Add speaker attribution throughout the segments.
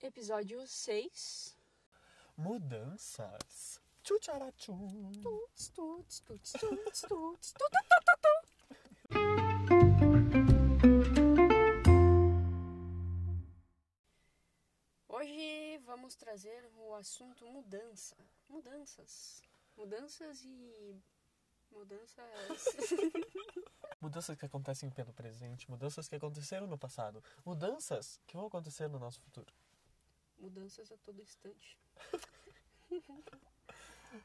Speaker 1: Episódio 6.
Speaker 2: Mudanças. Tchutcharatchum.
Speaker 1: Tuts, tuts, tuts, tuts, tuts, tuts. Hoje vamos trazer o assunto mudança. Mudanças. Mudanças e. Mudanças.
Speaker 2: Mudanças que acontecem pelo presente, mudanças que aconteceram no passado, mudanças que vão acontecer no nosso futuro.
Speaker 1: mudanças a todo instante.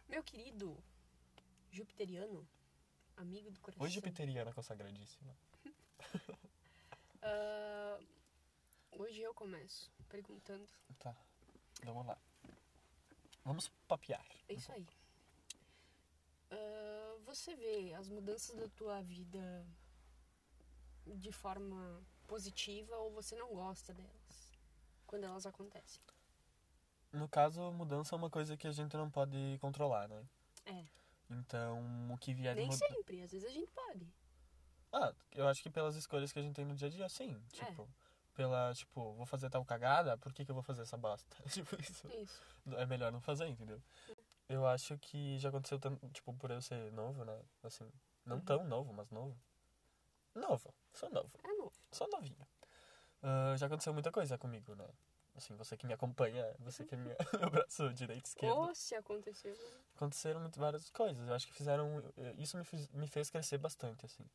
Speaker 1: Meu querido Jupiteriano, amigo do coração.
Speaker 2: Hoje, Piteriana é consagradíssima.
Speaker 1: Ah, hoje eu começo perguntando.
Speaker 2: Tá, vamos lá. Vamos papear.
Speaker 1: É isso aí. Ah, você vê as mudanças da tua vida de forma positiva ou você não gosta delas? Quando elas acontecem.
Speaker 2: No caso, mudança é uma coisa que a gente não pode controlar, né?
Speaker 1: É.
Speaker 2: Então, o que vier de
Speaker 1: Nem
Speaker 2: mudança.
Speaker 1: sempre, às vezes a gente pode.
Speaker 2: Ah, eu acho que pelas escolhas que a gente tem no dia a dia, sim.
Speaker 1: É.
Speaker 2: Tipo, pela, tipo, vou fazer tal cagada, por que, que eu vou fazer essa bosta? Tipo, isso.
Speaker 1: É isso.
Speaker 2: é melhor não fazer, entendeu? Eu acho que já aconteceu, tan- tipo, por eu ser novo, né? Assim, não
Speaker 1: Uhum.
Speaker 2: tão novo, mas novo. Novo, sou novo,
Speaker 1: É novo.
Speaker 2: sou novinho. Ah, já aconteceu muita coisa comigo, né? Assim, você que me acompanha, você que é minha, meu braço direito e esquerdo.
Speaker 1: Ou se aconteceu.
Speaker 2: Aconteceram muito, várias coisas, eu acho que fizeram. eh, Isso me, fiz- me fez crescer bastante, assim.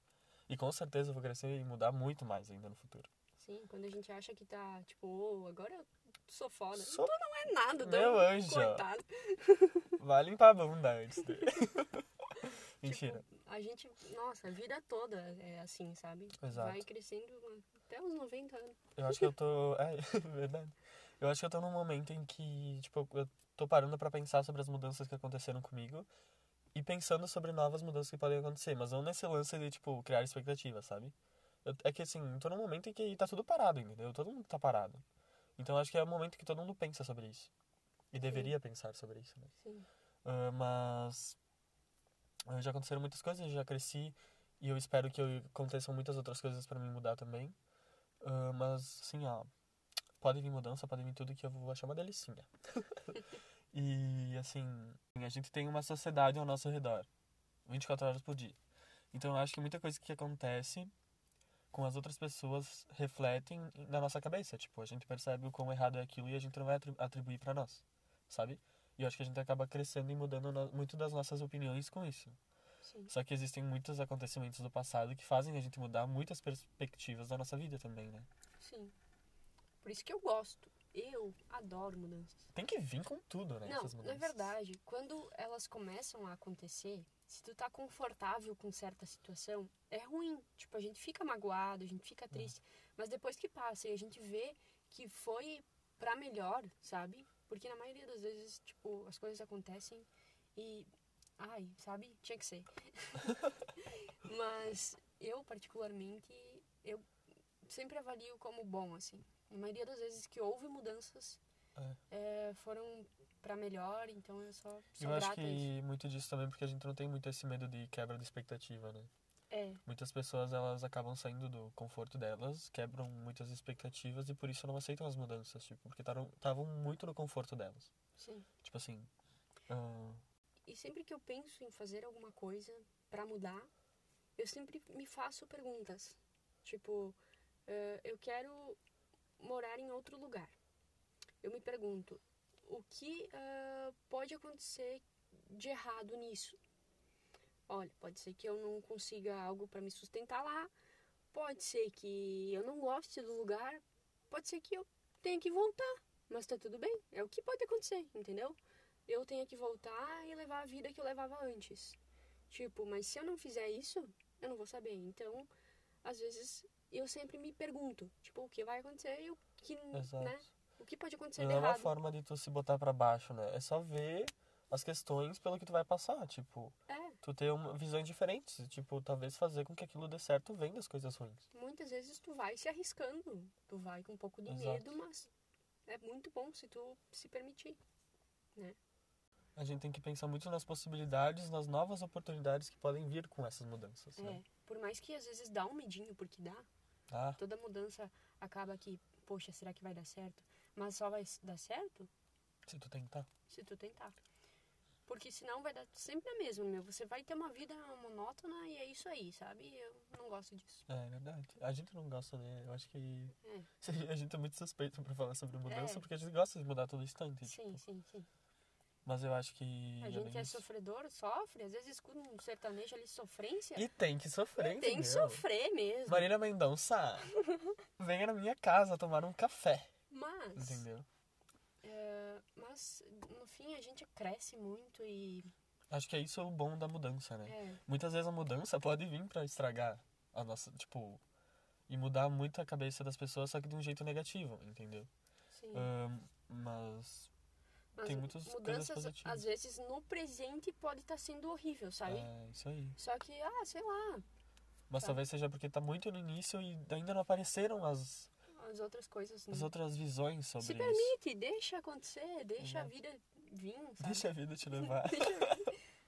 Speaker 2: E com certeza eu vou crescer e mudar muito mais ainda no futuro.
Speaker 1: Sim, quando a gente acha que tá, tipo, "Ô, agora eu sou foda.
Speaker 2: Só
Speaker 1: Não é nada, tá?
Speaker 2: Meu anjo.
Speaker 1: Coitado.
Speaker 2: vai limpar a bunda antes dele. Mentira.
Speaker 1: Tipo, a gente, nossa, a vida toda é assim, sabe?
Speaker 2: Exato.
Speaker 1: Vai crescendo até os 90 anos.
Speaker 2: Eu acho que eu tô. É, é verdade. Eu acho que eu tô num momento em que, tipo, eu tô parando pra pensar sobre as mudanças que aconteceram comigo e pensando sobre novas mudanças que podem acontecer, mas não nesse lance de, tipo, criar expectativa, sabe? Eu- é que, assim, eu tô num momento em que tá tudo parado, entendeu? Todo mundo tá parado. Então eu acho que é o momento que todo mundo pensa sobre isso. E deveria pensar sobre isso, né?
Speaker 1: Sim.
Speaker 2: Ah, mas ah, já aconteceram muitas coisas, eu já cresci e eu espero que eu- aconteçam muitas outras coisas pra me mudar também. Ah, mas assim, ó, pode vir mudança, pode vir tudo que eu vou achar uma delicinha. e assim, a gente tem uma sociedade ao nosso redor, 24 horas por dia. Então eu acho que muita coisa que acontece com as outras pessoas refletem na nossa cabeça, tipo, a gente percebe o quão errado é aquilo e a gente não vai atri- atribuir pra nós, sabe? E eu acho que a gente acaba crescendo e mudando no- muito das nossas opiniões com isso.
Speaker 1: Sim.
Speaker 2: Só que existem muitos acontecimentos do passado que fazem a gente mudar muitas perspectivas da nossa vida também, né?
Speaker 1: Sim. Por isso que eu gosto. Eu adoro mudanças.
Speaker 2: Tem que vir com tudo, né?
Speaker 1: Não,
Speaker 2: essas
Speaker 1: na
Speaker 2: mudanças.
Speaker 1: verdade, quando elas começam a acontecer, se tu tá confortável com certa situação, é ruim. Tipo, a gente fica magoado, a gente fica
Speaker 2: É.
Speaker 1: triste. Mas depois que passa e a gente vê que foi pra melhor, sabe? Porque na maioria das vezes, tipo, as coisas acontecem e. Ai, sabe? Tinha que ser. Mas eu, particularmente, eu sempre avalio como bom, assim. Na maioria das vezes que houve mudanças,
Speaker 2: É.
Speaker 1: eh, foram pra melhor, então eu só sou
Speaker 2: Eu acho
Speaker 1: grata a isso.
Speaker 2: que muito disso também é porque a gente não tem muito esse medo de quebra de expectativa, né?
Speaker 1: É,
Speaker 2: Muitas pessoas elas acabam saindo do conforto delas, quebram muitas expectativas e por isso não aceitam as mudanças, tipo, porque estavam muito no conforto delas.
Speaker 1: sim.
Speaker 2: Tipo assim, ah,
Speaker 1: E sempre que eu penso em fazer alguma coisa pra mudar, eu sempre me faço perguntas. Tipo, eh, eu quero morar em outro lugar. Eu me pergunto, o que ah, pode acontecer de errado nisso? Olha, pode ser que eu não consiga algo pra me sustentar lá, pode ser que eu não goste do lugar, pode ser que eu tenha que voltar, mas tá tudo bem, é o que pode acontecer, entendeu? Eu tenha que voltar e levar a vida que eu levava antes. Tipo, mas se eu não fizer isso, eu não vou saber. Então, às vezes eu sempre me pergunto, tipo, o que vai acontecer e o que,
Speaker 2: exato.
Speaker 1: né, o que pode acontecer
Speaker 2: Não
Speaker 1: de
Speaker 2: é uma
Speaker 1: errado.
Speaker 2: forma de tu se botar pra baixo, né? É só ver as questões pelo que tu vai passar, tipo,
Speaker 1: É,
Speaker 2: tu ter uma, visões diferentes, tipo, talvez fazer com que aquilo dê certo vem das coisas ruins.
Speaker 1: muitas vezes tu vai se arriscando, tu vai com um pouco de
Speaker 2: Exato.
Speaker 1: medo, mas é muito bom se tu se permitir.
Speaker 2: A gente tem que pensar muito nas possibilidades, nas novas oportunidades que podem vir com essas mudanças, né?
Speaker 1: É, por mais que às vezes dá um medinho, porque dá,
Speaker 2: Ah,
Speaker 1: toda mudança acaba que, poxa, será que vai dar certo? Mas só vai dar certo
Speaker 2: Se tu tentar.
Speaker 1: se tu tentar. Porque senão vai dar sempre a mesma, meu. Você vai ter uma vida monótona e é isso aí, sabe? E Eu não gosto disso.
Speaker 2: É, é verdade. A gente não gosta, né? Eu acho que.
Speaker 1: É.
Speaker 2: A gente é muito suspeito pra falar sobre mudança,
Speaker 1: É.
Speaker 2: porque a gente gosta de mudar todo instante.
Speaker 1: Sim,
Speaker 2: tipo.
Speaker 1: sim, sim.
Speaker 2: Mas eu acho que.
Speaker 1: A
Speaker 2: é
Speaker 1: gente
Speaker 2: bem
Speaker 1: é
Speaker 2: isso.
Speaker 1: sofredor, sofre. Às vezes escuta um sertanejo ali, sofrência.
Speaker 2: E tem que sofrer,
Speaker 1: tem que
Speaker 2: entendeu?
Speaker 1: sofrer mesmo.
Speaker 2: Marília Mendonça, um venha na minha casa tomar um café,
Speaker 1: Mas,
Speaker 2: entendeu?
Speaker 1: é, mas, no fim, a gente cresce muito e.
Speaker 2: Acho que é isso o bom da mudança, né?
Speaker 1: É,
Speaker 2: Muitas vezes a mudança pode vir pra estragar a nossa, tipo, e mudar muito a cabeça das pessoas, só que de um jeito negativo, entendeu?
Speaker 1: sim.
Speaker 2: Ahn, mas
Speaker 1: Mas
Speaker 2: É, tem muitas coisas
Speaker 1: mudanças,
Speaker 2: positivas.
Speaker 1: às vezes, no presente pode estar sendo horrível, sabe?
Speaker 2: é isso aí.
Speaker 1: Só que, ah, sei lá,
Speaker 2: Mas
Speaker 1: Tá.
Speaker 2: talvez seja porque tá muito no início e ainda não apareceram as,
Speaker 1: as outras coisas.
Speaker 2: as
Speaker 1: né?
Speaker 2: outras visões sobre
Speaker 1: Se
Speaker 2: isso.
Speaker 1: permite, deixa acontecer, deixa a
Speaker 2: Exato.
Speaker 1: vida vir, sabe?
Speaker 2: Deixa a vida te levar.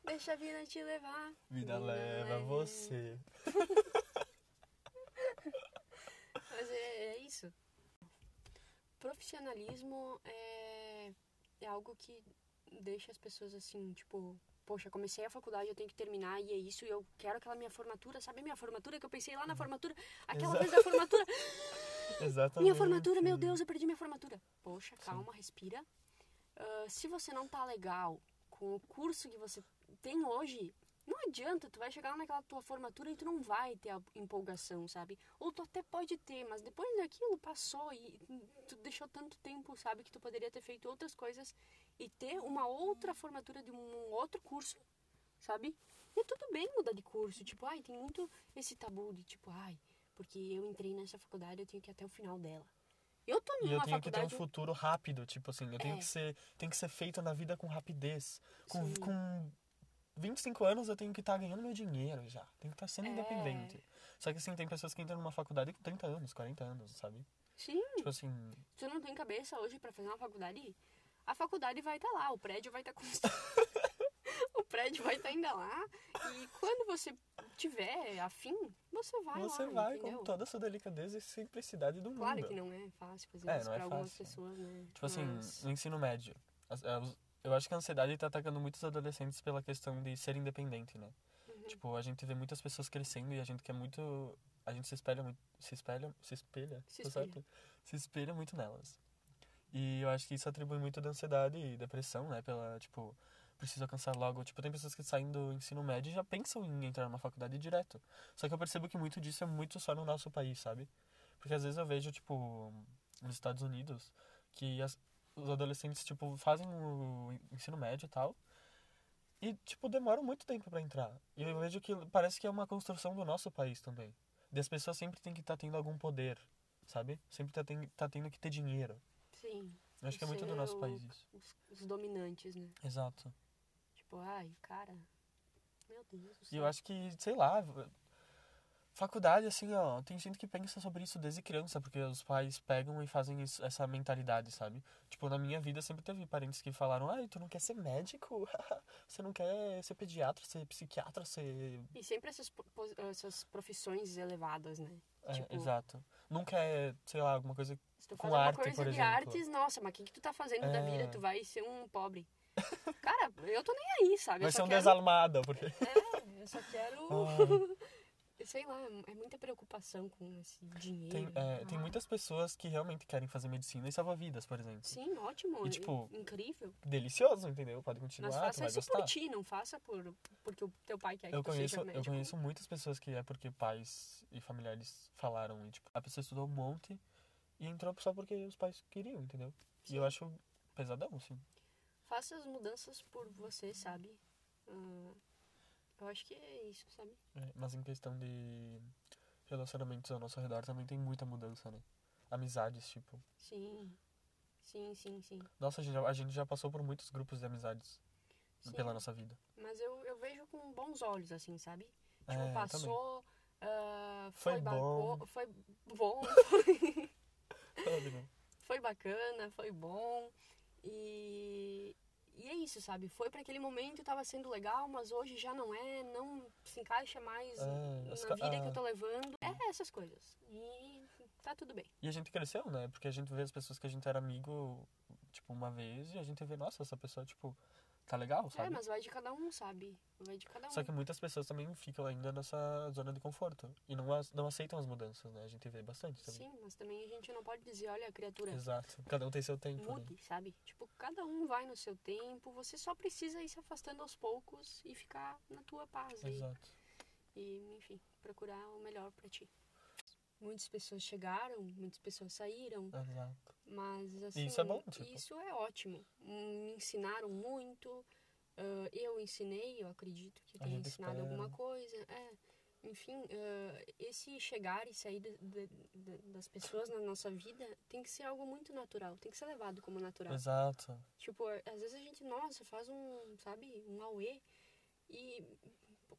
Speaker 1: Deixa a vida te levar.
Speaker 2: vida leva você.
Speaker 1: Mas é, é isso. Profissionalismo é, é algo que deixa as pessoas assim, tipo, poxa, comecei a faculdade, eu tenho que terminar e é isso, e eu quero aquela minha formatura, sabe a minha formatura que eu pensei lá na formatura, aquela
Speaker 2: Exato.
Speaker 1: vez da formatura,
Speaker 2: Exatamente.
Speaker 1: minha formatura, meu Deus, eu perdi minha formatura. Poxa, calma, respira. Ah, se você não tá legal com o curso que você tem hoje, não adianta, tu vai chegar lá naquela tua formatura e tu não vai ter a empolgação, sabe? Ou tu até pode ter, mas depois daquilo passou e tu deixou tanto tempo, sabe, que tu poderia ter feito outras coisas e ter uma outra formatura de um outro curso, sabe? E tudo bem mudar de curso, tipo, ai, tem muito esse tabu de tipo, ai, porque eu entrei nessa faculdade, eu tenho que ir até o final dela. Eu tô
Speaker 2: E
Speaker 1: numa
Speaker 2: eu tenho que ter um
Speaker 1: faculdade
Speaker 2: futuro rápido, tipo assim, eu tenho
Speaker 1: É.
Speaker 2: que ser, tem que ser feito na vida com rapidez. Com,
Speaker 1: Sim.
Speaker 2: com 25 anos eu tenho que estar ganhando meu dinheiro já. Tenho que estar sendo
Speaker 1: É.
Speaker 2: independente. Só que assim, tem pessoas que entram numa faculdade com 30 anos, 40 anos, sabe?
Speaker 1: Sim,
Speaker 2: Tipo assim,
Speaker 1: se eu não tem cabeça hoje pra fazer uma faculdade, a faculdade vai estar lá, o prédio vai estar construído. o prédio vai estar ainda lá. E quando você tiver afim, você vai
Speaker 2: você
Speaker 1: lá,
Speaker 2: vai
Speaker 1: entendeu?
Speaker 2: com toda a sua delicadeza e simplicidade do
Speaker 1: Claro
Speaker 2: mundo.
Speaker 1: que não é fácil fazer
Speaker 2: É,
Speaker 1: isso
Speaker 2: não é
Speaker 1: pra algumas
Speaker 2: fácil.
Speaker 1: pessoas, né?
Speaker 2: Tipo assim,
Speaker 1: Mas-
Speaker 2: no ensino médio, as- é, os- eu acho que a ansiedade tá atacando muitos adolescentes pela questão de ser independente, né?
Speaker 1: Uhum.
Speaker 2: Tipo, a gente vê muitas pessoas crescendo e a gente quer muito. A gente se espelha muito. Se espelha? Se espelha?
Speaker 1: Se
Speaker 2: Tô
Speaker 1: espelha.
Speaker 2: certo? Se espelha muito nelas. E eu acho que isso atribui muito da ansiedade e depressão, né? Pela, tipo, preciso alcançar logo. Tipo, tem pessoas que saem do ensino médio e já pensam em entrar numa faculdade direto. Só que eu percebo que muito disso é muito só no nosso país, sabe? Porque às vezes eu vejo, tipo, nos Estados Unidos, que as- os adolescentes, tipo, fazem o ensino médio e tal. E, tipo, demoram muito tempo pra entrar. E eu vejo que parece que é uma construção do nosso país também. E as pessoas sempre têm que estar tendo algum poder, sabe? Sempre tá, ten- tá tendo que ter dinheiro.
Speaker 1: Sim,
Speaker 2: Eu acho que é muito do
Speaker 1: Ser
Speaker 2: nosso
Speaker 1: o-
Speaker 2: país isso.
Speaker 1: os, os dominantes, né?
Speaker 2: Exato.
Speaker 1: Tipo, ai, cara. Meu Deus do
Speaker 2: E
Speaker 1: céu.
Speaker 2: eu acho que, sei lá, v- faculdade, assim, ó, tem gente que pensa sobre isso desde criança, porque os pais pegam e fazem isso, essa mentalidade, sabe? Tipo, na minha vida sempre teve parentes que falaram, ai, tu não quer ser médico? Você não quer ser pediatra, ser psiquiatra, ser...
Speaker 1: E sempre essas, po- pos- essas profissões elevadas, né?
Speaker 2: É,
Speaker 1: Tipo-
Speaker 2: exato. Não quer, sei lá, alguma coisa...
Speaker 1: Se tu
Speaker 2: Com
Speaker 1: faz alguma
Speaker 2: arte,
Speaker 1: coisa
Speaker 2: por
Speaker 1: de
Speaker 2: exemplo.
Speaker 1: artes, nossa, mas o que, que tu tá fazendo da
Speaker 2: É.
Speaker 1: vida? Tu vai ser um pobre. Cara, eu tô nem aí, sabe?
Speaker 2: Vai
Speaker 1: eu
Speaker 2: ser
Speaker 1: só
Speaker 2: um
Speaker 1: quero...
Speaker 2: desalmado, porque...
Speaker 1: É, eu só quero.
Speaker 2: Ah.
Speaker 1: Sei lá, é muita preocupação com esse dinheiro. Ah,
Speaker 2: Tem, é, tem muitas pessoas que realmente querem fazer medicina e salvar vidas, por exemplo.
Speaker 1: Sim, ótimo.
Speaker 2: E,
Speaker 1: é
Speaker 2: tipo,
Speaker 1: Incrível.
Speaker 2: Delicioso, entendeu? Pode
Speaker 1: Mas
Speaker 2: continuar, tu
Speaker 1: faça
Speaker 2: vai
Speaker 1: isso é
Speaker 2: gostar.
Speaker 1: por ti, não faça por porque o teu pai quer que
Speaker 2: Eu
Speaker 1: tu
Speaker 2: conheço,
Speaker 1: seja médico.
Speaker 2: eu conheço muitas pessoas que é porque pais e familiares falaram. E, tipo, a pessoa estudou um monte e entrou só porque os pais queriam, entendeu? E eu acho pesadão, assim.
Speaker 1: Faça as mudanças por você, sabe? Ah, eu acho que é isso, sabe?
Speaker 2: É, mas em questão de relacionamentos ao nosso redor também tem muita mudança, né? Amizades, tipo.
Speaker 1: Sim. Sim, sim, sim.
Speaker 2: Nossa, a gente, já- a gente já passou por muitos grupos de amizades
Speaker 1: sim.
Speaker 2: pela nossa vida.
Speaker 1: Mas eu, eu vejo com bons olhos, assim, sabe?
Speaker 2: É,
Speaker 1: Tipo,
Speaker 2: eu
Speaker 1: passou, ah,
Speaker 2: Foi
Speaker 1: foi, bacô-
Speaker 2: bom.
Speaker 1: foi bom,
Speaker 2: também.
Speaker 1: foi bacana, foi bom. E, e é isso, sabe? Foi para aquele momento, tava sendo legal, mas hoje já não é, não se encaixa mais
Speaker 2: É,
Speaker 1: na
Speaker 2: as
Speaker 1: vida
Speaker 2: ca-
Speaker 1: que
Speaker 2: ah.
Speaker 1: eu tô levando. É essas coisas. E tá tudo bem.
Speaker 2: E a gente cresceu, né? Porque a gente vê as pessoas que a gente era amigo, tipo, uma vez, e a gente vê, nossa, essa pessoa, tipo, tá legal, sabe?
Speaker 1: É, mas vai de cada um, sabe? Vai de cada um.
Speaker 2: Só que muitas pessoas também ficam ainda nessa zona de conforto. E não, as- não aceitam as mudanças, né? A gente vê bastante também.
Speaker 1: Sim, mas também a gente não pode dizer, olha, criatura,
Speaker 2: Exato. Cada um tem seu tempo. Né?
Speaker 1: mude, sabe? Tipo, cada um vai no seu tempo, você só precisa ir se afastando aos poucos e ficar na tua paz aí.
Speaker 2: Exato.
Speaker 1: E, enfim, procurar o melhor pra ti. Muitas pessoas chegaram, muitas pessoas saíram,
Speaker 2: Exato.
Speaker 1: mas assim.
Speaker 2: Isso é bom, tipo.
Speaker 1: Isso é ótimo. Hum, Me ensinaram muito, ah, eu ensinei, eu acredito que eu
Speaker 2: A
Speaker 1: tenha
Speaker 2: gente
Speaker 1: ensinado
Speaker 2: espera,
Speaker 1: alguma
Speaker 2: né?
Speaker 1: coisa. É. Enfim, ah, esse chegar e sair da- da- da- das pessoas na nossa vida tem que ser algo muito natural, tem que ser levado como natural.
Speaker 2: Exato.
Speaker 1: Tipo, às vezes a gente, nossa, faz um, sabe, um auê. E,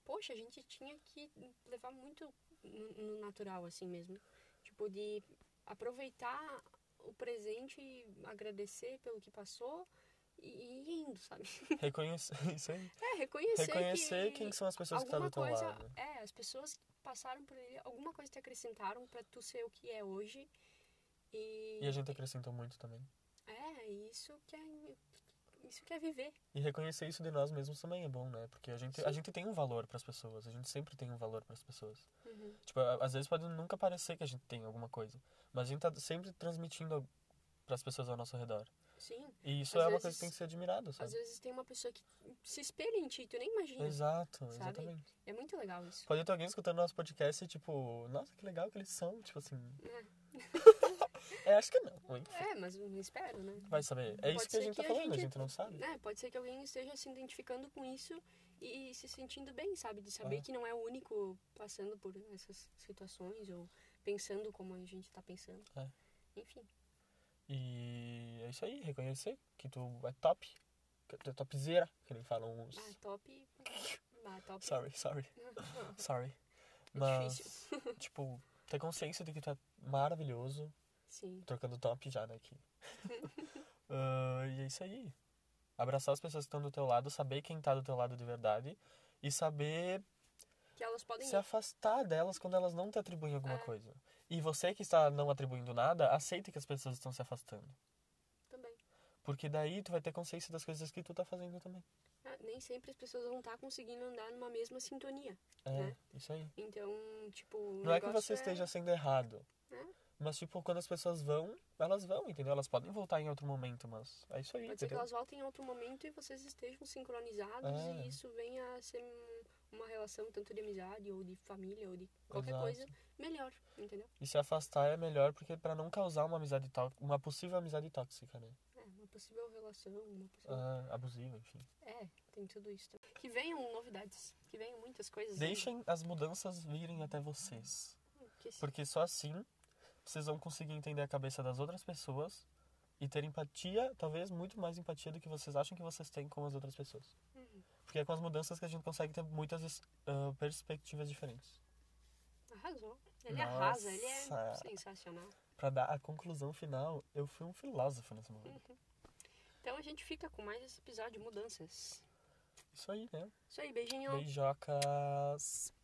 Speaker 1: poxa, a gente tinha que levar muito no no natural, assim mesmo. Tipo, de aproveitar o presente, agradecer pelo que passou e e ir indo, sabe?
Speaker 2: Reconhecer, isso aí.
Speaker 1: É, reconhecer,
Speaker 2: Reconhecer
Speaker 1: que
Speaker 2: quem são as pessoas que estão
Speaker 1: alguma
Speaker 2: do teu
Speaker 1: coisa...
Speaker 2: lado.
Speaker 1: É, as pessoas que passaram por ele, alguma coisa te acrescentaram pra tu ser o que é hoje. E,
Speaker 2: E a gente acrescentou muito também.
Speaker 1: é, isso que é, isso que é viver.
Speaker 2: E reconhecer isso de nós mesmos também é bom, né? Porque a gente, a
Speaker 1: Sim.
Speaker 2: gente tem um valor pras pessoas, a gente sempre tem um valor pras pessoas.
Speaker 1: Uhum.
Speaker 2: Tipo, a- às vezes pode nunca parecer que a gente tem alguma coisa, mas a gente tá sempre transmitindo pras pessoas ao nosso redor.
Speaker 1: Sim.
Speaker 2: E isso
Speaker 1: Às
Speaker 2: é uma coisa
Speaker 1: vezes-
Speaker 2: que tem que ser admirada,
Speaker 1: Às
Speaker 2: sabe? Uhum.
Speaker 1: vezes tem uma pessoa que se espelha em ti, tu nem imagina.
Speaker 2: Exato,
Speaker 1: sabe?
Speaker 2: exatamente.
Speaker 1: É muito legal isso.
Speaker 2: Pode ter alguém escutando nosso podcast e tipo, nossa, que legal que eles são, tipo assim. é, acho que não. Enfim,
Speaker 1: É, mas eu não espero, né?
Speaker 2: Vai saber. É isso
Speaker 1: Pode
Speaker 2: que a
Speaker 1: ser
Speaker 2: gente
Speaker 1: que
Speaker 2: tá
Speaker 1: a
Speaker 2: falando, a
Speaker 1: gente-
Speaker 2: gente não sabe.
Speaker 1: É, pode ser que alguém esteja se identificando com isso e se sentindo bem, sabe? De saber
Speaker 2: É.
Speaker 1: que não é o único passando por essas situações ou pensando como a gente tá pensando.
Speaker 2: É.
Speaker 1: Enfim,
Speaker 2: E é isso aí, reconhecer que tu é top, que tu é topzera, que nem falam uns.
Speaker 1: ah, top. Ah, top.
Speaker 2: Sorry, sorry,
Speaker 1: Não,
Speaker 2: sorry.
Speaker 1: É
Speaker 2: Mas, tipo, ter consciência de que tu é maravilhoso,
Speaker 1: Sim,
Speaker 2: trocando top já daqui. Ah, e é isso aí. Abraçar as pessoas que estão do teu lado, saber quem tá do teu lado de verdade e saber
Speaker 1: que elas podem
Speaker 2: se afastar delas quando elas não te atribuem alguma
Speaker 1: É.
Speaker 2: coisa. E você que está não atribuindo nada, aceita que as pessoas estão se afastando.
Speaker 1: ir também.
Speaker 2: Porque daí tu vai ter consciência das coisas que tu tá fazendo também.
Speaker 1: Ah, nem sempre as pessoas vão estar conseguindo andar numa mesma sintonia.
Speaker 2: É,
Speaker 1: Né?
Speaker 2: isso aí.
Speaker 1: Então, tipo. o
Speaker 2: Não é que
Speaker 1: negócio
Speaker 2: você esteja sendo errado.
Speaker 1: É.
Speaker 2: Mas, tipo, quando as pessoas vão, elas vão, entendeu? Elas podem voltar em outro momento, mas é isso aí,
Speaker 1: Pode ser que
Speaker 2: entendeu?
Speaker 1: elas voltem em outro momento e vocês estejam sincronizados
Speaker 2: É.
Speaker 1: e isso venha a ser um- uma relação tanto de amizade ou de família ou de qualquer
Speaker 2: Exato.
Speaker 1: coisa melhor, entendeu?
Speaker 2: E se afastar é melhor porque para não causar uma amizade tó- uma possível amizade tóxica, né?
Speaker 1: É, uma possível relação, uma possível...
Speaker 2: Ah, abusiva, enfim.
Speaker 1: É, tem tudo isso também. Que venham novidades, que venham muitas coisas. né? aí,
Speaker 2: Deixem as mudanças virem até vocês.
Speaker 1: que se-
Speaker 2: Porque só assim vocês vão conseguir entender a cabeça das outras pessoas e ter empatia, talvez muito mais empatia do que vocês acham que vocês têm com as outras pessoas.
Speaker 1: Uhum.
Speaker 2: Porque é com as mudanças que a gente consegue ter muitas es- ah, perspectivas diferentes.
Speaker 1: Arrasou. Ele arrasa, ele é
Speaker 2: Nossa.
Speaker 1: sensacional.
Speaker 2: Pra dar a conclusão final, eu fui um filósofo nesse momento.
Speaker 1: Então a gente fica com mais esse episódio de mudanças.
Speaker 2: Isso aí, né?
Speaker 1: Isso aí, beijinho.
Speaker 2: Beijocas.